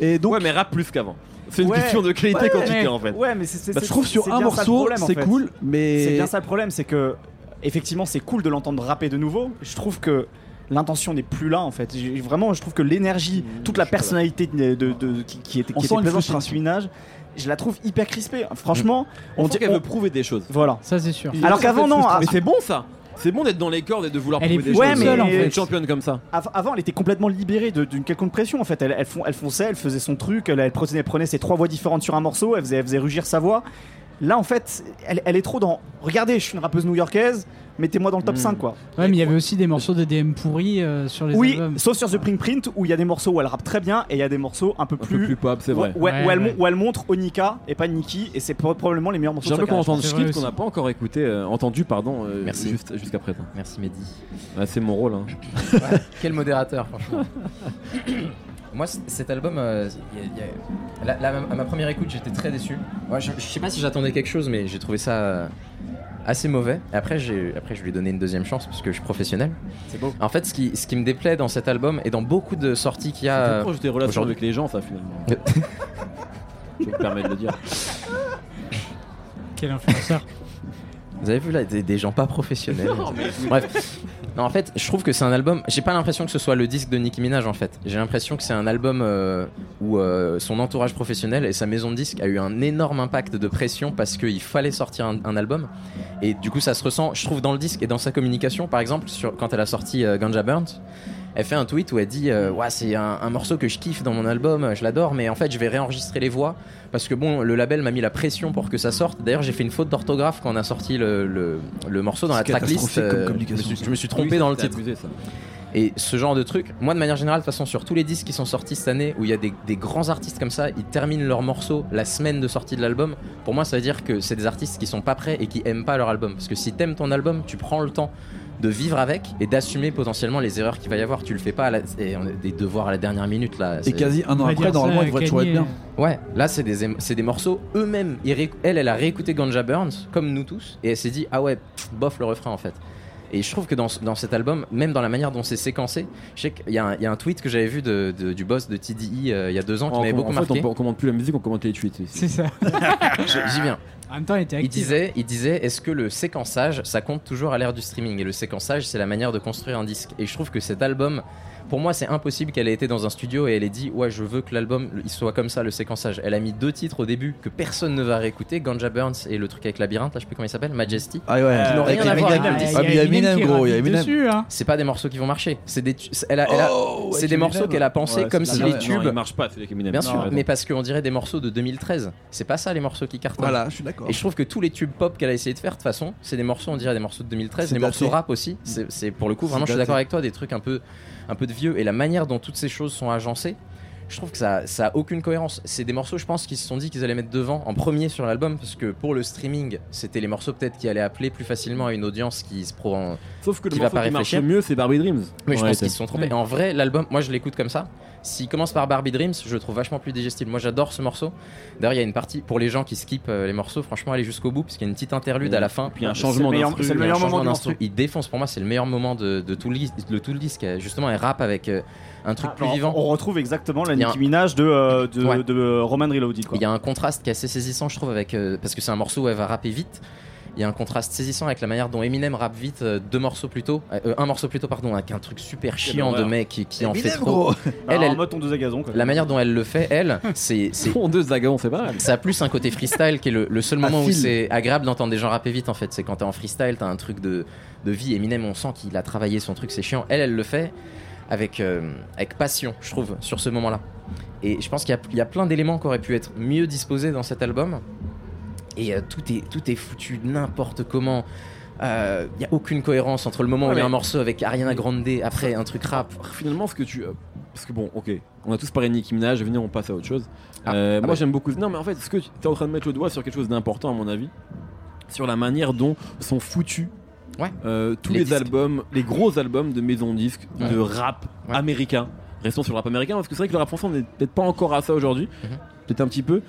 S4: Et donc,
S1: ouais, mais rap plus qu'avant. C'est une
S2: Ouais.
S1: question de qualité
S2: Ouais,
S1: quantité
S2: mais-
S1: en fait.
S2: Ouais, mais c'est- c'est
S4: bah,
S2: c'est-
S4: je trouve
S2: c'est
S4: sur un
S2: bien ça le
S4: morceau,
S2: problème, en
S4: c'est
S2: fait.
S4: cool, mais.
S2: C'est bien ça le problème, c'est que effectivement c'est cool de l'entendre rapper de nouveau. Je trouve que l'intention n'est plus là en fait. J'ai- Vraiment, je trouve que l'énergie, toute
S1: Mmh,
S2: la
S1: je suis pas
S2: personnalité de, de- de- qui, qui était,
S4: On
S2: qui
S4: sent
S2: était
S4: une
S2: présente chez Nicki
S4: frustration.
S2: Minaj, je la trouve hyper crispée. Franchement,
S1: Mmh. On
S2: on
S1: dit
S2: dirait
S1: qu'elle veut prouver des choses.
S2: Voilà.
S5: Ça c'est sûr.
S2: Alors
S1: Ça,
S2: qu'avant,
S1: c'est
S2: non,
S1: frustrant.
S2: ah-
S1: Mais c'est bon ça. C'est bon d'être dans les cordes et de vouloir
S5: Elle est
S1: prouver des
S5: plus
S1: choses.
S2: toute seule, en
S1: Une
S2: fait.
S1: championne comme ça.
S2: Av- Avant, elle était complètement libérée de- d'une quelconque pression. En fait, elle, elle, fon- elle fonçait, elle faisait son truc, elle, elle prenait, elle prenait ses trois voix différentes sur un morceau, elle faisait, elle faisait rugir sa voix. Là, en fait, elle, elle est trop dans. Regardez, je suis une rappeuse new-yorkaise, mettez-moi dans le top
S1: Mm.
S2: 5, quoi.
S5: Ouais, mais il y avait aussi des morceaux de DM pourris euh, sur les
S2: Oui,
S5: albums.
S2: sauf sur The Print Print où il y a des morceaux où elle rappe très bien et il y a des morceaux un peu
S1: Un peu
S2: plus.
S1: plus pop, c'est
S2: où,
S1: vrai.
S2: où elle,
S5: Ouais,
S2: où elle mon-
S5: ouais.
S2: où elle montre Onika et pas Nikki et c'est pro- probablement les meilleurs morceaux
S1: J'ai un
S2: de
S1: peu
S2: sa
S1: qu'on
S2: carrière.
S1: entende
S5: C'est
S1: Skid
S5: vrai
S1: qu'on
S5: aussi.
S1: n'a pas encore écouté, euh, entendu pardon, euh,
S3: Merci.
S1: juste- jusqu'à présent.
S3: Merci Mehdi.
S1: Ouais, c'est mon rôle. hein.
S3: Quel modérateur, franchement. Moi, c- cet album, euh, y a- y a- là, là, à ma première écoute, j'étais très déçu. Ouais, je, je sais pas si j'attendais quelque chose, mais j'ai trouvé ça euh, assez mauvais. Et Après, j'ai- après, je lui ai donné une deuxième chance parce que je suis professionnel.
S1: C'est beau.
S3: En fait, ce qui, ce qui me déplaît dans cet album et dans beaucoup de sorties qu'il y
S1: C'est
S3: a.
S1: plus proche des relations
S3: Euh, aujourd'hui.
S1: avec les gens, ça finalement.
S3: Ouais.
S1: Je me permets de le dire.
S5: Quel influenceur.
S3: Vous avez vu là des, des gens pas professionnels. Bref. Non, en fait, je trouve que c'est un album. J'ai pas l'impression que ce soit le disque de Nicki Minaj en fait. J'ai l'impression que c'est un album euh, où euh, son entourage professionnel et sa maison de disques a eu un énorme impact de pression parce qu'il fallait sortir un, un album. Et du coup, ça se ressent, je trouve, dans le disque et dans sa communication. Par exemple, sur, quand elle a sorti euh, Ganja Burnt, elle fait un tweet où elle dit euh, Ouah, c'est un, un morceau que je kiffe dans mon album, je l'adore, mais en fait, je vais réenregistrer les voix parce que bon, le label m'a mis la pression pour que ça sorte. D'ailleurs, j'ai fait une faute d'orthographe quand on a sorti le, le- le morceau dans
S4: C'est
S3: la tracklist. euh,
S4: catastrophique comme
S3: je, me
S4: communication,
S3: suis,
S4: ça.
S3: je me suis trompé dans le
S1: C'était
S3: titre.
S1: abusé, ça.
S3: Et ce genre de truc, moi de manière générale, de toute façon, sur tous les disques qui sont sortis cette année, où il y a des, des grands artistes comme ça, ils terminent leur morceau la semaine de sortie de l'album. Pour moi, ça veut dire que c'est des artistes qui sont pas prêts et qui aiment pas leur album. Parce que si t'aimes ton album, tu prends le temps de vivre avec et d'assumer potentiellement les erreurs qu'il va y avoir. Tu le fais pas à la- et on a des devoirs à la dernière minute là.
S4: Et
S3: C'est-
S4: quasi un an après, normalement, il devrait toujours être bien.
S3: Ouais, là c'est des, émo- c'est des morceaux eux-mêmes. Ils ré- Elle, elle a réécouté Ganja Burns, comme nous tous, et elle s'est dit, ah ouais, pff, bof le refrain en fait. Et je trouve que dans, ce- dans cet album, même dans la manière dont c'est séquencé, je sais qu'il y, a un- il y a un tweet que j'avais vu de- de- du boss de TDI euh, il y a deux ans qui
S1: En-
S3: m'avait beaucoup
S1: en fait,
S3: marqué.
S1: on, on commente plus la musique, on commente les tweets. ici.
S5: C'est ça.
S3: Je- J'y viens.
S5: En même temps, il était
S3: Il
S5: actif.
S3: disait, il disait est-ce que le séquençage, ça compte toujours à l'ère du streaming Et le séquençage, c'est la manière de construire un disque. Et je trouve que cet album, pour moi, c'est impossible qu'elle ait été dans un studio et elle ait dit Ouais, je veux que l'album il soit comme ça, le séquençage. Elle a mis deux titres au début que personne ne va réécouter Ganja Burns et le truc avec Labyrinthe, là, je sais plus comment il s'appelle, Majesty.
S4: Ah ouais,
S2: Euh,
S4: avec
S3: rien à voir
S4: Eminem.
S3: avec le disque.
S4: Ah, mais il y a Eminem,
S5: qui
S4: gros, il y a
S5: rapide
S4: Eminem.
S5: dessus, hein.
S3: C'est pas des morceaux qui vont marcher. C'est des, tu- elle a- elle a-
S4: Oh,
S3: c'est
S4: avec
S3: des
S4: Eminem.
S3: morceaux qu'elle a pensé
S4: Ouais,
S3: comme
S4: c'est
S3: si
S4: la-
S3: les
S4: non,
S3: tubes.
S1: Non, il marche pas, celui avec Eminem.
S3: Bien
S1: Non,
S3: sûr,
S1: raison.
S3: mais parce qu'on dirait des morceaux de 2013. C'est pas ça les morceaux qui cartonnent.
S4: Voilà, je suis d'accord.
S3: Et je trouve que tous les tubes pop qu'elle a essayé de faire, de toute façon, c'est des morceaux, on dirait des morceaux de 2013,
S4: C'est
S3: les
S4: daté.
S3: morceaux rap aussi. C'est c'est- pour le coup,
S4: C'est
S3: vraiment, je suis
S4: daté.
S3: d'accord avec toi, des trucs un peu, un peu de vieux. Et la manière dont toutes ces choses sont agencées, je trouve que ça, ça a aucune cohérence. C'est des morceaux, je pense, qu'ils se sont dit qu'ils allaient mettre devant en premier sur l'album, parce que pour le streaming, c'était les morceaux peut-être qui allaient appeler plus facilement à une audience qui se pro. en-
S1: Sauf que le
S3: Qui va
S1: morceau
S3: pas
S1: qui marche le
S3: réfléchir.
S1: mieux, c'est Barbie Dreams.
S3: Mais je
S1: Ouais,
S3: pense
S1: c'est-
S3: qu'ils se sont trompés.
S5: Ouais.
S3: En vrai, l'album, moi, je l'écoute comme ça. S'il commence par Barbie Dreams, je le trouve vachement plus digestible. Moi, j'adore ce morceau. D'ailleurs, il y a une partie pour les gens qui skippent euh, les morceaux. Franchement, allez jusqu'au bout, parce qu'il y a une petite interlude à la fin.
S1: Puis un changement
S2: meilleur-
S1: d'instru.
S2: c'est le
S3: Il y a un
S2: meilleur
S3: changement
S2: moment du
S3: d'instru.
S2: morceau.
S3: Il défonce pour moi, c'est le meilleur moment de, de tout le, dis- de tout le disque. Justement, elle rappe avec euh, un truc plus
S2: Alors,
S3: vivant.
S2: Ah, On retrouve exactement la
S3: Il y a
S2: Nicki Minaj de, euh, de,
S3: Ouais.
S2: de, euh, Roman Reloaded. Quoi.
S3: Il y a un contraste qui est assez saisissant, je trouve, avec euh, parce que c'est un morceau où elle va rapper vite. Il y a un contraste saisissant avec la manière dont Eminem rappe vite euh, deux morceaux plus tôt, euh, un morceau plus tôt, pardon, avec un truc super chiant de
S1: horreur.
S3: mec qui, qui en fait
S4: Eminem,
S3: trop.
S4: gros.
S2: Bah,
S3: elle,
S2: en
S3: elle-
S2: mode tondeuse à gazon. Quoi.
S3: La manière dont elle le fait, elle, c'est c'est-
S1: Fond deux Zaga, on fait pas mal.
S3: ça a plus un côté freestyle qui est le, le seul moment où
S4: Facile.
S3: c'est agréable d'entendre des gens rapper vite en fait. C'est quand t'es en freestyle, t'as un truc de, de vie. Eminem, on sent qu'il a travaillé son truc, c'est chiant. Elle, elle le fait avec, euh, avec passion, je trouve, sur ce moment-là. Et je pense qu'il y a- il y, a plein d'éléments qui auraient pu être mieux disposés dans cet album. Et euh, tout, est, tout est foutu n'importe comment. Euh, Il y a aucune cohérence entre le moment où
S1: Ouais,
S3: il y a un
S1: mais-
S3: morceau avec Ariana Grande, après un truc rap.
S1: Finalement, ce que tu. euh, Parce que bon, ok, on a tous parlé de Nicki Minaj, venir, on passe à autre chose.
S3: Ah,
S1: Euh,
S3: ah
S1: moi,
S3: ouais.
S1: j'aime beaucoup. Non, mais en fait, ce que tu es en train de mettre le doigt sur quelque chose d'important, à mon avis, sur la manière dont sont foutus
S3: Ouais.
S1: euh, tous
S3: Les
S1: les,
S3: disques.
S1: albums, les gros albums de maison disques,
S3: Ouais.
S1: de rap
S3: Ouais.
S1: américain. Restons sur le rap américain, parce que c'est vrai que le rap français, on n'est peut-être pas encore à ça aujourd'hui,
S3: Mhm.
S1: peut-être un petit peu.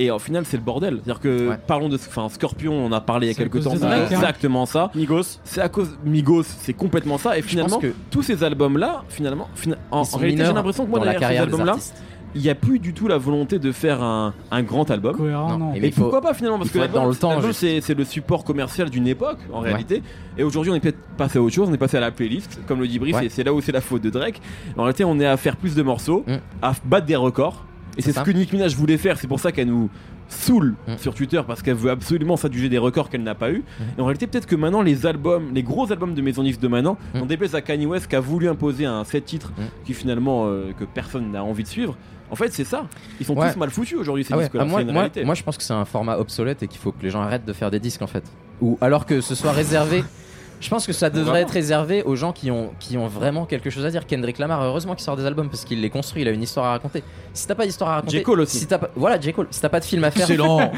S1: Et au final, c'est le bordel. C'est-à-dire que,
S3: Ouais.
S1: parlons de. Enfin, Scorpion, on en a parlé il y a
S5: C'est à
S1: quelques
S5: cause
S1: temps,
S5: de
S1: c'est
S5: Drake, hein.
S1: exactement ça.
S2: Migos.
S1: C'est à cause Migos, c'est complètement ça. Et finalement,
S3: je pense que
S1: tous ces albums là finalement fina- en,
S3: ils sont
S1: en réalité j'ai
S3: mineurs
S1: l'impression que moi
S3: dans la
S1: derrière ces
S3: carrière des
S1: albums là
S3: artistes.
S1: il n'y a plus du tout la volonté de faire un, un grand album
S5: Cohérent, non.
S3: Non, mais
S1: et
S3: il faut-
S1: pourquoi pas finalement parce
S3: il
S1: que
S3: faut être dans le temps,
S1: l'album,
S3: juste.
S1: c'est c'est le support commercial d'une époque en
S3: Ouais.
S1: réalité et aujourd'hui on est peut-être passé à autre chose on est passé à la playlist comme le dit Brice
S3: Ouais.
S1: et c'est là où c'est la faute de Drake en réalité on est à faire plus de morceaux
S3: Mm.
S1: à f- battre des records et
S3: C'est
S1: c'est ce
S3: ça.
S1: que Nicki Minaj voulait faire c'est pour ça qu'elle nous saoule
S3: Mm.
S1: sur Twitter parce qu'elle veut absolument s'adjuger des records qu'elle n'a pas eu et en réalité peut-être que maintenant les albums les gros albums de Maison Disque de maintenant
S3: Mm.
S1: on déplaise à Kanye West qui a voulu imposer un set titres
S3: Mm.
S1: qui finalement euh, que personne n'a envie de suivre en fait c'est ça ils sont
S3: Ouais.
S1: tous mal foutus aujourd'hui ces
S3: Ah ouais,
S1: disques là
S3: ah, moi, moi- moi, je pense que c'est un format obsolète et qu'il faut que les gens arrêtent de faire des disques en fait. Ou alors que ce soit réservé. Je pense que ça devrait
S1: Vraiment.
S3: être réservé aux gens qui ont, qui ont vraiment quelque chose à dire. Kendrick Lamar, heureusement qu'il sort des albums parce qu'il les construit, il a une histoire à raconter. Si t'as pas d'histoire à raconter,
S1: J. Cole aussi.
S3: Si t'as pas, voilà, J. Cole. Si t'as pas de film à faire,
S4: Excellent.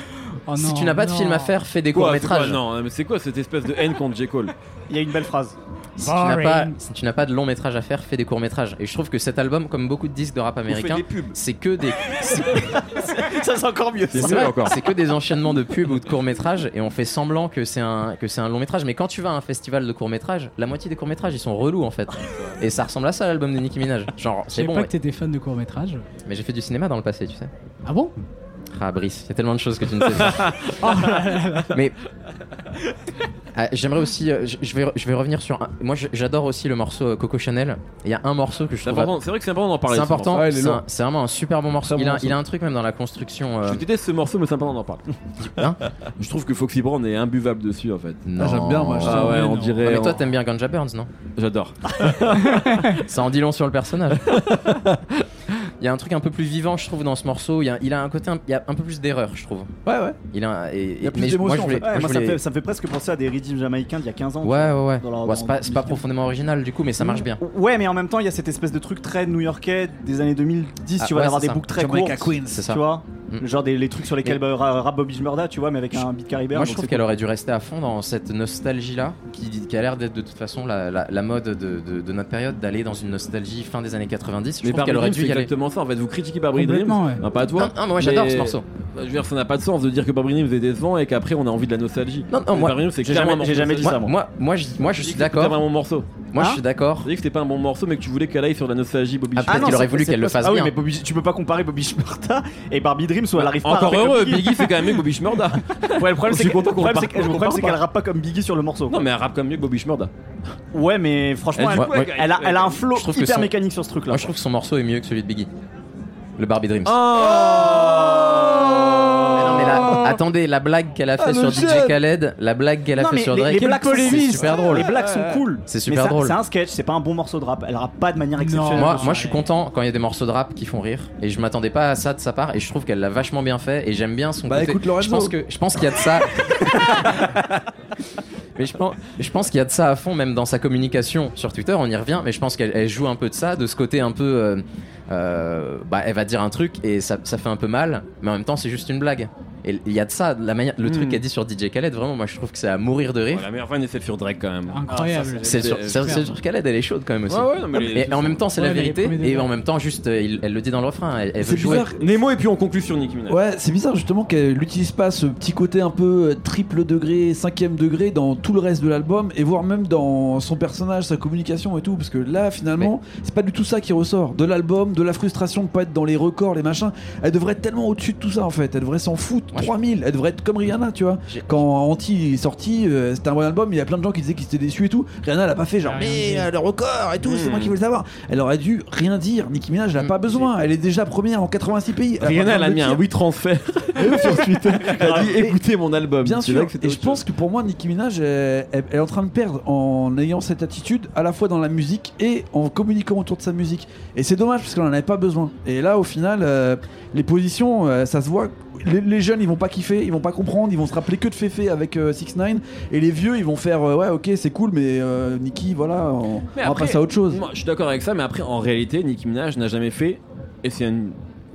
S5: Oh
S3: si
S5: non,
S3: tu n'as pas de
S5: non.
S3: film à faire, fais des
S1: Quoi,
S3: courts
S1: c'est quoi
S3: métrages.
S1: Non, mais c'est quoi cette espèce de haine contre J. Cole
S2: Il y a une belle phrase.
S3: Si tu n'as pas,
S5: Boring.
S3: si tu n'as pas de long métrage à faire, fais des courts métrages. Et je trouve que cet album, comme beaucoup de disques de rap américain,
S1: pubs.
S3: c'est que des
S2: Ça, c'est encore mieux.
S1: C'est
S3: C'est
S1: mieux
S3: vrai,
S1: encore.
S3: C'est que des enchaînements de pubs ou de courts-métrages et on fait semblant que c'est un que c'est un long métrage. Mais quand tu vas à un festival de courts-métrages, la moitié des courts-métrages ils sont relous en fait. Et ça ressemble à ça l'album de Nicki Minaj. Genre
S5: Je
S3: c'est
S5: savais
S3: bon,
S5: pas
S3: ouais.
S5: que t'étais fan de court métrage.
S3: mais j'ai fait du cinéma dans le passé, tu sais.
S5: Ah bon
S3: Ah Brice, il y a tellement de choses que tu ne sais pas.
S4: Oh
S3: mais Ah, j'aimerais aussi, euh, je je vais je vais revenir sur. un- Moi je- j'adore aussi le morceau euh, Coco Chanel. Il y a un morceau que je
S1: C'est
S3: trouve.
S1: important- c'est vrai que c'est important d'en parler.
S3: C'est
S1: ce
S3: important,
S1: morceau. Ah,
S4: Ouais, il est
S3: c'est
S4: long.
S3: un- c'est vraiment un super bon morceau.
S4: Très bon
S3: Il a,
S4: morceau.
S3: il a un truc même dans la construction. euh,
S1: Je déteste ce morceau, mais c'est important d'en parler.
S3: Hein
S1: je trouve que Foxy Brown est imbuvable dessus en fait.
S3: non.
S4: j'aime bien, moi, je-
S1: Ah ouais,
S5: mais
S1: on
S5: non.
S1: dirait.
S3: Ah, mais toi,
S1: on-
S3: t'aimes bien Ganja Burns, non
S1: J'adore.
S3: Ça en dit long sur le personnage. Il y a un truc un peu plus vivant, je trouve, dans ce morceau. Il, y a, il a un côté, un, il y a un peu plus d'erreur, je trouve.
S4: Ouais, ouais.
S3: Il a, et,
S4: y a
S3: et-
S4: plus
S3: mais je- moi, je
S4: d'émotion, en
S3: voulais-
S4: fait.
S2: Ouais,
S3: moi, je
S2: moi, ça, me
S3: voulais-
S2: fait, ça me fait presque penser à des rythmes jamaïcains d'il y a 15 ans. tu
S3: Ouais,
S2: vois.
S3: ouais, ouais.
S2: Dans la-
S3: Bon,
S2: dans-
S3: c'est pas, c'est pas profondément original, du coup, mais ça marche bien.
S2: Ouais, mais en même temps, il y a cette espèce de truc très new-yorkais des années 2010.
S3: Ah,
S2: tu vas
S3: ouais,
S2: avoir
S3: c'est
S2: des
S3: ça.
S2: boucles très courtes.
S4: Jamaica Queens.
S3: C'est ça.
S2: Tu vois
S3: Mm.
S2: Genre des, les trucs sur lesquels bah, ra- rap Bobby Shmurda, tu vois, mais avec un beat caribéen.
S3: Moi,
S2: donc
S3: je trouve
S2: c'est
S3: qu'elle
S2: cool.
S3: aurait dû rester à fond dans cette nostalgie-là, qui, qui a l'air d'être de toute façon la, la- la mode de, de- de notre période, d'aller dans une nostalgie fin des années 90. Je
S1: Mais
S3: trouve qu'elle aurait
S1: Barbie
S3: dû
S1: c'est
S3: y aller. Hein
S1: exactement ça. En fait, vous critiquez Barbie Dreams.
S5: Complètement, ouais.
S1: Ah, pas toi.
S3: Non, non, mais moi, j'adore
S1: Mais-
S3: ce morceau.
S1: Je veux dire, ça n'a pas de sens de dire que Barbie Dreams est décevant et qu'après on a envie de la nostalgie.
S3: Non, non,
S1: Mais
S3: moi-
S1: Barbie Dreams, c'est
S2: j'ai
S1: clairement
S2: jamais-
S1: un morceau
S2: j'ai jamais
S1: de
S2: dit
S1: nostalgie.
S2: ça, moi.
S3: Moi, moi, je, moi, je
S1: J'ai
S3: suis
S1: dit que c'était pas
S3: d'accord.
S1: un bon morceau.
S3: Moi, je
S2: Hein
S3: suis d'accord.
S1: J'ai dit que c'était pas un bon morceau, mais que tu voulais qu'elle aille sur la nostalgie Bobby
S3: Ah,
S1: Shmurda.
S3: peut-être qu'il
S2: non,
S3: aurait
S2: c'est-
S3: voulu
S2: c'est
S3: qu'elle le
S2: pas ça.
S3: fasse
S2: Ah oui,
S3: bien.
S2: mais Bobby- tu peux pas comparer Bobby Shmurda et Barbie Dreams où elle arrive pas à
S1: Encore
S2: rapper comme
S1: heureux,
S2: Biggie.
S1: Biggie c'est quand même mieux que Bobby Shmurda.
S2: Ouais, le problème
S1: Je
S2: c'est
S1: suis
S2: que-
S1: content
S2: le
S1: qu'on
S2: problème,
S1: parle-
S2: c'est que- le
S1: qu'on
S2: problème,
S1: parle
S2: c'est
S1: pas.
S2: qu'elle rappe pas comme Biggie sur le morceau.
S1: Non, mais elle rappe quand même mieux que Bobby Shmurda.
S2: Ouais, mais franchement,
S3: Elle-
S2: elle,
S3: moi-
S2: elle a, elle a un flow
S3: Je trouve que
S2: hyper
S3: son-
S2: mécanique sur ce truc-là.
S3: Moi, je trouve que son morceau est mieux que celui de Biggie. Le Barbie Dreams. Ah non, mais là, attendez, la blague qu'elle a fait sur DJ Khaled, la blague qu'elle a
S2: Ah, Non,
S3: fait
S2: mais
S3: sur
S2: les-
S3: Drake,
S2: les blagues sont
S3: c'est
S2: cool.
S3: super drôle.
S2: Les blagues sont cool.
S3: C'est
S2: mais
S3: super
S2: ça-
S3: drôle.
S2: C'est un sketch, c'est pas un bon morceau de rap. Elle rappe pas de manière
S5: Non.
S2: exceptionnelle.
S3: Moi,
S5: Ouais.
S3: moi, je suis content quand il y a des morceaux de rap qui font rire, et je m'attendais pas à ça de sa part, et je trouve qu'elle l'a vachement bien fait, et j'aime bien son
S4: Bah,
S3: côté.
S4: écoute, Lorenzo.
S3: Je pense que, je pense qu'il y a de ça. mais je pense, je pense qu'il y a de ça à fond, même dans sa communication sur Twitter. On y revient, mais je pense qu'elle elle joue un peu de ça, de ce côté un peu. euh, euh, bah, elle va dire un truc et ça, ça fait un peu mal, mais en même temps, c'est juste une blague. Et il y a de ça, la manière, le truc
S2: Hmm.
S3: qu'a dit sur DJ Khaled, vraiment, moi je trouve que c'est à mourir de rire.
S1: la meilleure vanne est celle sur Drake quand même.
S5: Incroyable.
S3: Ah, C'est sur,
S1: C'est-
S3: c'est- c'est sur Khaled, elle est chaude quand même aussi.
S1: Ouais, ouais, non, mais les-
S3: Et en même temps, c'est
S5: Ouais,
S3: la
S5: mais les
S3: vérité,
S5: premiers
S3: et
S5: débats.
S3: en même temps, juste, euh, il- elle le dit dans le refrain, elle, elle
S4: C'est
S3: veut jouer.
S4: bizarre.
S1: Nemo et puis on conclut sur Nicki Minaj.
S4: Ouais, c'est bizarre justement qu'elle n'utilise pas ce petit côté un peu euh, triple degré, cinquième degré dans tout le reste de l'album et voire même dans son personnage, sa communication et tout, parce que là finalement c'est pas du tout ça qui ressort de l'album, de la frustration de pas être dans les records, les machins. Elle devrait être tellement au-dessus de tout ça en fait, elle devrait s'en foutre.
S3: Moi, je-
S4: 3000, elle devrait être comme Rihanna, tu vois.
S3: J'ai-
S4: Quand Anti est sorti, euh, c'était un bon album, il y a plein de gens qui disaient qu'ils étaient déçus et tout. Rihanna elle a pas fait genre
S5: Elle a rien
S4: mais
S5: dit.
S4: euh, le record et tout, c'est
S1: Mm.
S4: moi qui veux le savoir. Elle aurait dû rien dire. Nicki Minaj elle a
S3: Mm.
S4: pas besoin, elle est déjà première en 86 pays. a pas
S1: Hmm. Rihanna,
S4: besoin
S1: elle a
S4: de
S1: mis
S4: le
S1: un
S4: dire.
S1: oui transfert sur Twitter. Elle a dit écoutez mon album.
S4: Ah. Bien
S1: C'est
S4: sûr,
S1: vrai que c'était
S4: et je
S1: autre chose.
S4: pense que pour moi, Nicki Minaj, elle, elle- elle est en train de perdre en ayant cette attitude à la fois dans la musique et en communiquant autour de sa musique. Et c'est dommage parce qu'elle en avait pas besoin. Et là, au final, euh, les positions, euh, ça se voit. Les, les jeunes, ils vont pas kiffer, ils vont pas comprendre, ils vont se rappeler que de Féfé avec 6 9 Et les vieux, ils vont faire euh, ouais, ok, c'est cool, mais euh, Nicki, voilà, on,
S1: Mais
S4: on va
S1: après,
S4: passer à autre chose.
S1: Moi, je suis d'accord avec ça, mais après, en réalité, Nicki Minaj n'a jamais fait. Et c'est un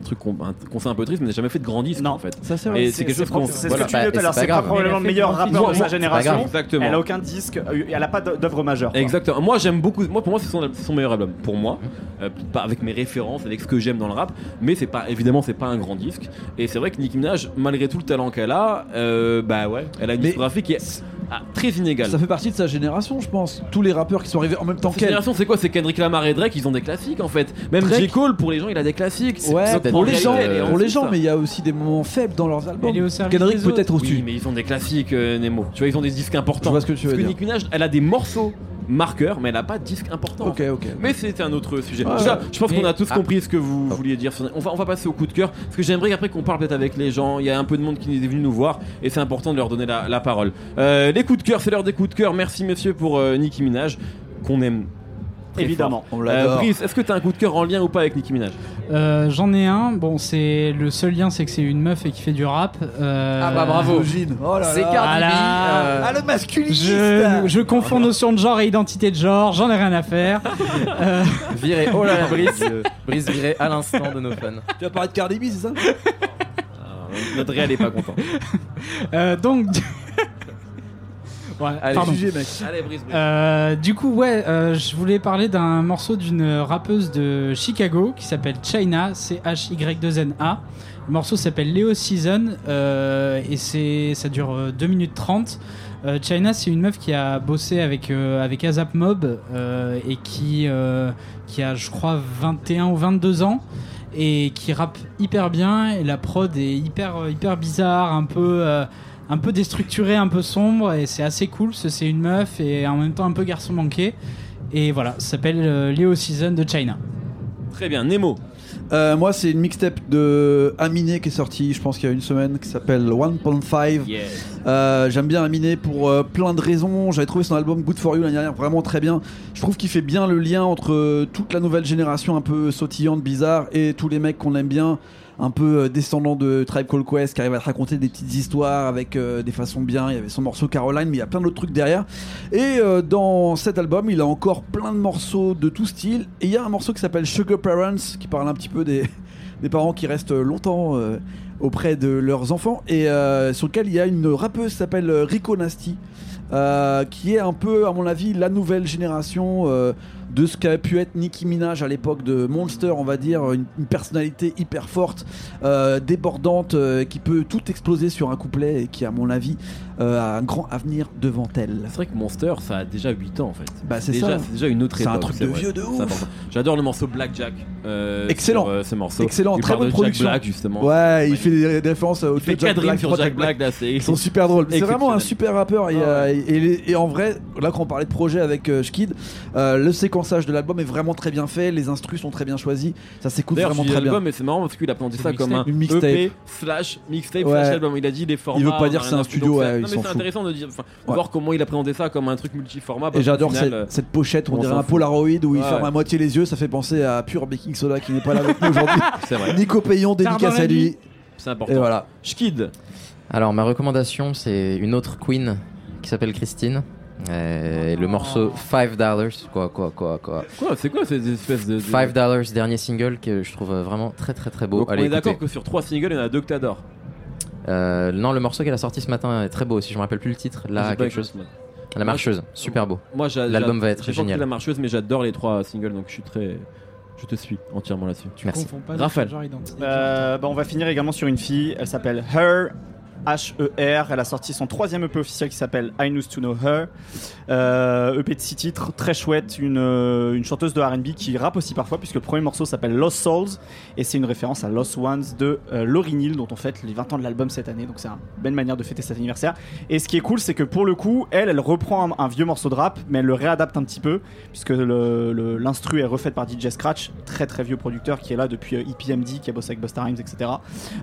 S1: truc qu'on un conseil un peu triste, mais n'a jamais fait de grand disque
S2: Non.
S1: en fait.
S4: Ça, c'est vrai.
S1: Et c'est quelque chose qu'on.
S2: C'est
S1: voilà. Bah,
S2: ce que tu disais tout à l'heure,
S3: C'est pas
S2: c'est pas
S3: grave.
S2: probablement le meilleur rappeur de sa génération.
S1: Exactement.
S2: Elle a aucun disque, euh, elle a pas d'œuvre majeure. quoi.
S1: Exactement. Moi, j'aime beaucoup. Moi, pour moi, c'est son, c'est son meilleur album. Pour
S4: Mhm.
S1: moi, Euh, pas avec mes références, avec ce que j'aime dans le rap, mais c'est pas évidemment c'est pas un grand disque. Et c'est vrai que Nicki Minaj, malgré tout le talent qu'elle a, euh, bah ouais, elle a une
S4: Mais-
S1: discographie qui est ah, très inégale.
S4: Ça fait partie de sa génération, je pense. Tous les rappeurs qui sont arrivés en même temps
S1: Cette
S4: qu'elle.
S1: génération, c'est quoi C'est Kendrick Lamar et Drake, ils ont des classiques en fait. Même
S4: Drake-
S1: J Cole, pour les gens, il a des classiques.
S4: Ouais,
S3: peut-être
S4: pour les
S3: en
S4: gens,
S3: réalité,
S4: pour les
S1: c'est
S4: gens,
S1: ça.
S4: mais il y a aussi des moments faibles dans leurs albums.
S5: Elle est au service
S4: Kendrick
S5: des
S4: peut-être
S1: Oui,
S4: au-dessus.
S1: mais ils ont des classiques, euh, Nemo. Tu vois, ils ont des disques
S4: Je
S1: importants.
S4: vois ce que tu
S1: Parce
S4: veux
S1: que
S4: dire.
S1: Nicki Minaj, elle a des morceaux marqueurs, mais elle a pas de disque important.
S4: Ok, ok.
S1: Mais c'était un autre sujet.
S4: Ouais.
S1: Déjà, je pense
S5: Mais-
S1: qu'on a tous
S3: Ah.
S1: compris ce que vous vouliez dire. sur- On va, on va passer au coup de cœur. Parce que j'aimerais qu'après qu'on parle peut-être avec les gens. Il y a un peu de monde qui est venu nous voir. Et c'est important de leur donner la, la parole. Euh, les coups de cœur, c'est l'heure des coups de cœur. Merci, messieurs, pour euh, Nicki Minaj, qu'on aime. très
S2: Évidemment.
S4: On
S1: fort.
S4: l'adore.
S1: Euh, Brice, est-ce que t'as un coup de cœur en lien ou pas avec Nicki Minaj
S5: Euh, J'en ai un. Bon, c'est le seul lien, c'est que c'est une meuf et qui fait du rap. Euh,
S3: Ah bah, bravo.
S4: Misogyne. Oh là
S3: C'est
S4: là.
S3: Cardi B,
S5: Voilà.
S3: euh,
S4: Ah, le masculiniste
S5: Je, je confonds notion de genre et identité de genre, j'en ai rien à faire. Euh,
S3: viré. Oh là là, Brice, Brice viré à l'instant de nos fans.
S4: Tu vas parler de Cardi B, c'est ça
S1: Ah, Notre réel est pas content.
S5: euh, donc. Ouais,
S3: Allez,
S5: pardon.
S4: Jugé, mec.
S1: Allez, Brice, Brice.
S5: Euh, du coup, ouais, euh, je voulais parler d'un morceau d'une rappeuse de Chicago qui s'appelle China, C-H-Y-2-N-A. Le morceau s'appelle Leo Season euh, et c'est, ça dure euh, 2 minutes 30. Euh, China, c'est une meuf qui a bossé avec, euh, avec ASAP Mob euh, et qui, euh, qui a, je crois, 21 ou 22 ans et qui rappe hyper bien. Et la prod est hyper, euh, hyper bizarre, un peu. euh, un peu déstructuré, un peu sombre, et c'est assez cool. parce que C'est une meuf et en même temps un peu garçon manqué. Et voilà, ça s'appelle euh, Leo Season de China.
S1: Très bien, Nemo.
S4: Euh, moi, c'est une mixtape de Aminé qui est sortie, je pense qu'il y a une semaine, qui s'appelle 1.5. Euh, J'aime bien Aminé pour euh, plein de raisons. J'avais trouvé son album Good for You l'année dernière vraiment très bien. Je trouve qu'il fait bien le lien entre euh, toute la nouvelle génération un peu sautillante, bizarre, et tous les mecs qu'on aime bien, un peu euh, descendants de Tribe Called Quest, qui arrivent à te raconter des petites histoires avec euh, des façons bien. Il y avait son morceau Caroline, mais il y a plein d'autres trucs derrière. Et euh, dans cet album, il a encore plein de morceaux de tout style. Et il y a un morceau qui s'appelle Sugar Parents, qui parle un petit peu des, des parents qui restent longtemps euh, auprès de leurs enfants, et euh, sur lequel il y a une rappeuse qui s'appelle euh, Rico Nasty, euh, qui est un peu, à mon avis, la nouvelle génération euh, de ce qu'a pu être Nicki Minaj à l'époque de Monster, on va dire, une, une personnalité hyper forte, euh, débordante, euh, qui peut tout exploser sur un couplet, et qui, à mon avis, euh, a un grand avenir devant elle.
S1: C'est vrai que Monster, ça a déjà 8 ans en fait.
S4: Bah, c'est
S1: Déjà-
S4: ça.
S1: C'est déjà une autre
S4: C'est
S1: époque.
S4: un truc de
S1: vrai.
S4: vieux de
S1: C'est
S4: ouf.
S1: important. J'adore le morceau Blackjack. euh,
S4: Excellent.
S1: sur, euh, ce morceau.
S4: Excellent,
S1: Il
S4: très
S1: parle
S4: bonne
S1: de Jack
S4: production.
S1: Black, justement.
S4: Ouais,
S1: Ouais.
S4: il fait des des références au
S1: Il fait
S4: Jack
S1: quatre rimes
S4: Black,
S1: sur
S4: Jack
S1: Jack
S4: Black.
S1: Black là, c'est.
S4: Ils sont super drôles. C'est vraiment un
S1: Exceptionnel.
S4: super rappeur.
S1: Ah
S4: Et,
S1: ouais.
S4: euh, et les- et en vrai, là, quand on parlait de projet avec euh, Schkid, euh, le séquençage de l'album est vraiment très bien fait. Les instrus sont très bien choisis. Ça s'écoute
S1: D'ailleurs,
S4: vraiment
S1: je dis
S4: très bien.
S1: album, mais c'est marrant parce qu'il a planté
S5: C'est
S1: ça
S5: une
S1: comme un
S5: mixtape.
S4: Une mixtape.
S1: EP slash mixtape
S4: Ouais.
S1: slash album. Il a dit les formats.
S4: veut pas dire
S1: rien
S4: c'est un
S1: à foutre.
S4: studio,
S1: Donc,
S4: ouais,
S1: c'est-
S4: il
S1: Non, mais
S4: s'en
S1: c'est
S4: fout.
S1: intéressant de dire, enfin,
S4: Ouais.
S1: voir comment il a présenté ça comme un truc multiformat. parce
S4: Et
S1: qu'au
S4: j'adore
S1: final,
S4: cette,
S1: euh,
S4: cette pochette, on,
S1: on
S4: dirait
S1: s'en
S4: un
S1: fout. Ah
S4: Polaroid où il
S1: Ouais.
S4: ferme à moitié les yeux. Ça fait penser à Pure Baking Soda qui n'est pas là avec nous aujourd'hui.
S1: euh, C'est vrai,
S4: Nico Payon,
S5: Tard dans
S4: dédicace
S5: la
S4: à lui.
S5: nuit.
S1: c'est
S4: Et
S1: important.
S4: voilà.
S1: Schkid,
S3: Alors, ma recommandation, c'est une autre queen qui s'appelle Christine. Euh, le morceau 5 dollars, quoi, quoi, quoi, quoi.
S1: quoi C'est quoi ces espèces de. de-
S3: 5 dollars, dernier single que je trouve euh, vraiment très très très beau.
S1: Donc, on
S3: Allez,
S1: est d'accord
S3: écoutez.
S1: que sur 3 singles, il y en a 2 que t'adores.
S3: Euh, non, le morceau qu'elle a sorti ce matin est très beau aussi. Je me rappelle plus le titre. Là,
S1: C'est pas
S3: quelque chose.
S1: moi.
S3: La marcheuse, super beau.
S1: Moi, j'a-
S3: L'album
S1: j'a-
S3: va être
S1: j'ai pas
S3: génial.
S1: pris la marcheuse, mais j'adore les trois singles, donc je suis très. Je te suis entièrement là-dessus.
S5: Tu
S3: Merci.
S5: confonds pas
S1: Raphaël.
S5: genre identitaire.
S2: Euh, bah, on va finir également sur une fille. Elle s'appelle Her. H-E-R, elle a sorti son troisième EP officiel qui s'appelle I Used to Know Her. Euh, EP de six titres, très chouette, une, euh, une chanteuse de RB qui rappe aussi parfois, puisque le premier morceau s'appelle Lost Souls, et c'est une référence à Lost Ones de euh, Laurie Neal, dont on fête les 20 ans de l'album cette année, donc c'est une belle manière de fêter cet anniversaire. Et ce qui est cool, c'est que pour le coup, elle, elle reprend un, un vieux morceau de rap, mais elle le réadapte un petit peu, puisque le- le- l'instru est refaite par DJ Scratch, très très vieux producteur qui est là depuis euh, EPMD, qui a bossé avec Busta Rhymes, etc.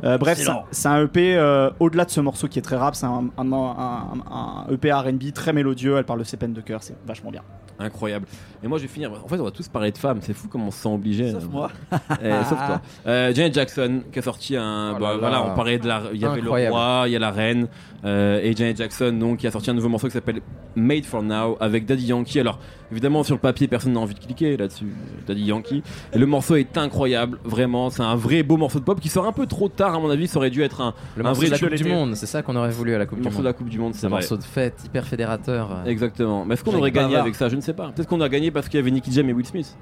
S2: Euh, bref, c'est un- c'est un EP euh, au-delà de ce morceau qui est très rap, c'est un, un- un- E un EP RB très mélodieux, elle parle de ses peines de cœur, c'est vachement bien.
S1: Incroyable. Et moi, je vais finir. En fait, on va tous parler de femmes. C'est fou comme on se sent obligé.
S4: Sauf
S1: Euh,
S4: moi.
S1: euh, sauf toi. Euh, Janet Jackson, qui a sorti un.
S3: Oh
S1: bah,
S3: là là.
S1: voilà, on parlait de la. Il y avait
S3: Incroyable.
S1: le roi, il y a la reine. euh, et Janet Jackson, donc, qui a sorti un nouveau morceau qui s'appelle Made for Now avec Daddy Yankee. Alors, évidemment, sur le papier, personne n'a envie de cliquer là-dessus. Daddy Yankee. Et le morceau est incroyable, vraiment. C'est un vrai beau morceau de pop qui sort un peu trop tard, à mon avis. Ça aurait dû être un,
S3: Le
S1: Un
S3: morceau
S1: vrai
S3: de la
S1: tube
S3: Coupe du
S1: l'été.
S3: Monde, c'est ça qu'on aurait voulu à la Coupe du
S1: morceau de la
S3: Monde.
S1: Coupe du Monde.
S3: C'est
S1: C'est
S3: un
S1: vrai.
S3: morceau de fête hyper fédérateur. euh,
S1: Exactement. Mais est-ce qu'on
S4: Jacques
S1: aurait gagné
S4: Bavard.
S1: avec ça Je ne sais pas. Peut-être qu'on a gagné parce qu'il y avait Nicky Jam et Will Smith.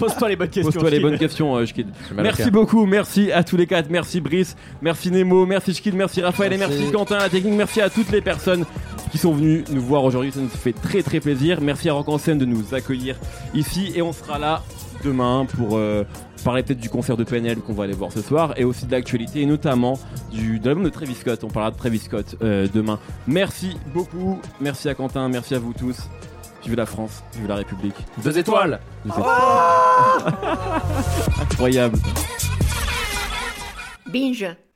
S2: Pose-toi les bonnes questions.
S1: Pose-toi les
S2: Steve.
S1: bonnes questions, euh, Shkid.
S3: J'ai mal au
S1: Merci
S3: cœur.
S1: beaucoup, merci à tous les quatre, merci Brice, merci Nemo, merci Shkid, merci Raphaël et
S3: Merci.
S1: merci Quentin, à la technique, merci à toutes les personnes qui sont venues nous voir aujourd'hui, ça nous fait très très plaisir. Merci à Rock en scène de nous accueillir ici et on sera là demain pour euh, parler peut-être du concert de PNL qu'on va aller voir ce soir et aussi de l'actualité et notamment du, de l'album de Travis Scott. On parlera de Travis Scott euh, demain. Merci beaucoup, merci à Quentin, merci à vous tous. Vive la France, vive la République.
S3: Deux étoiles
S1: Incroyable.
S6: Binge,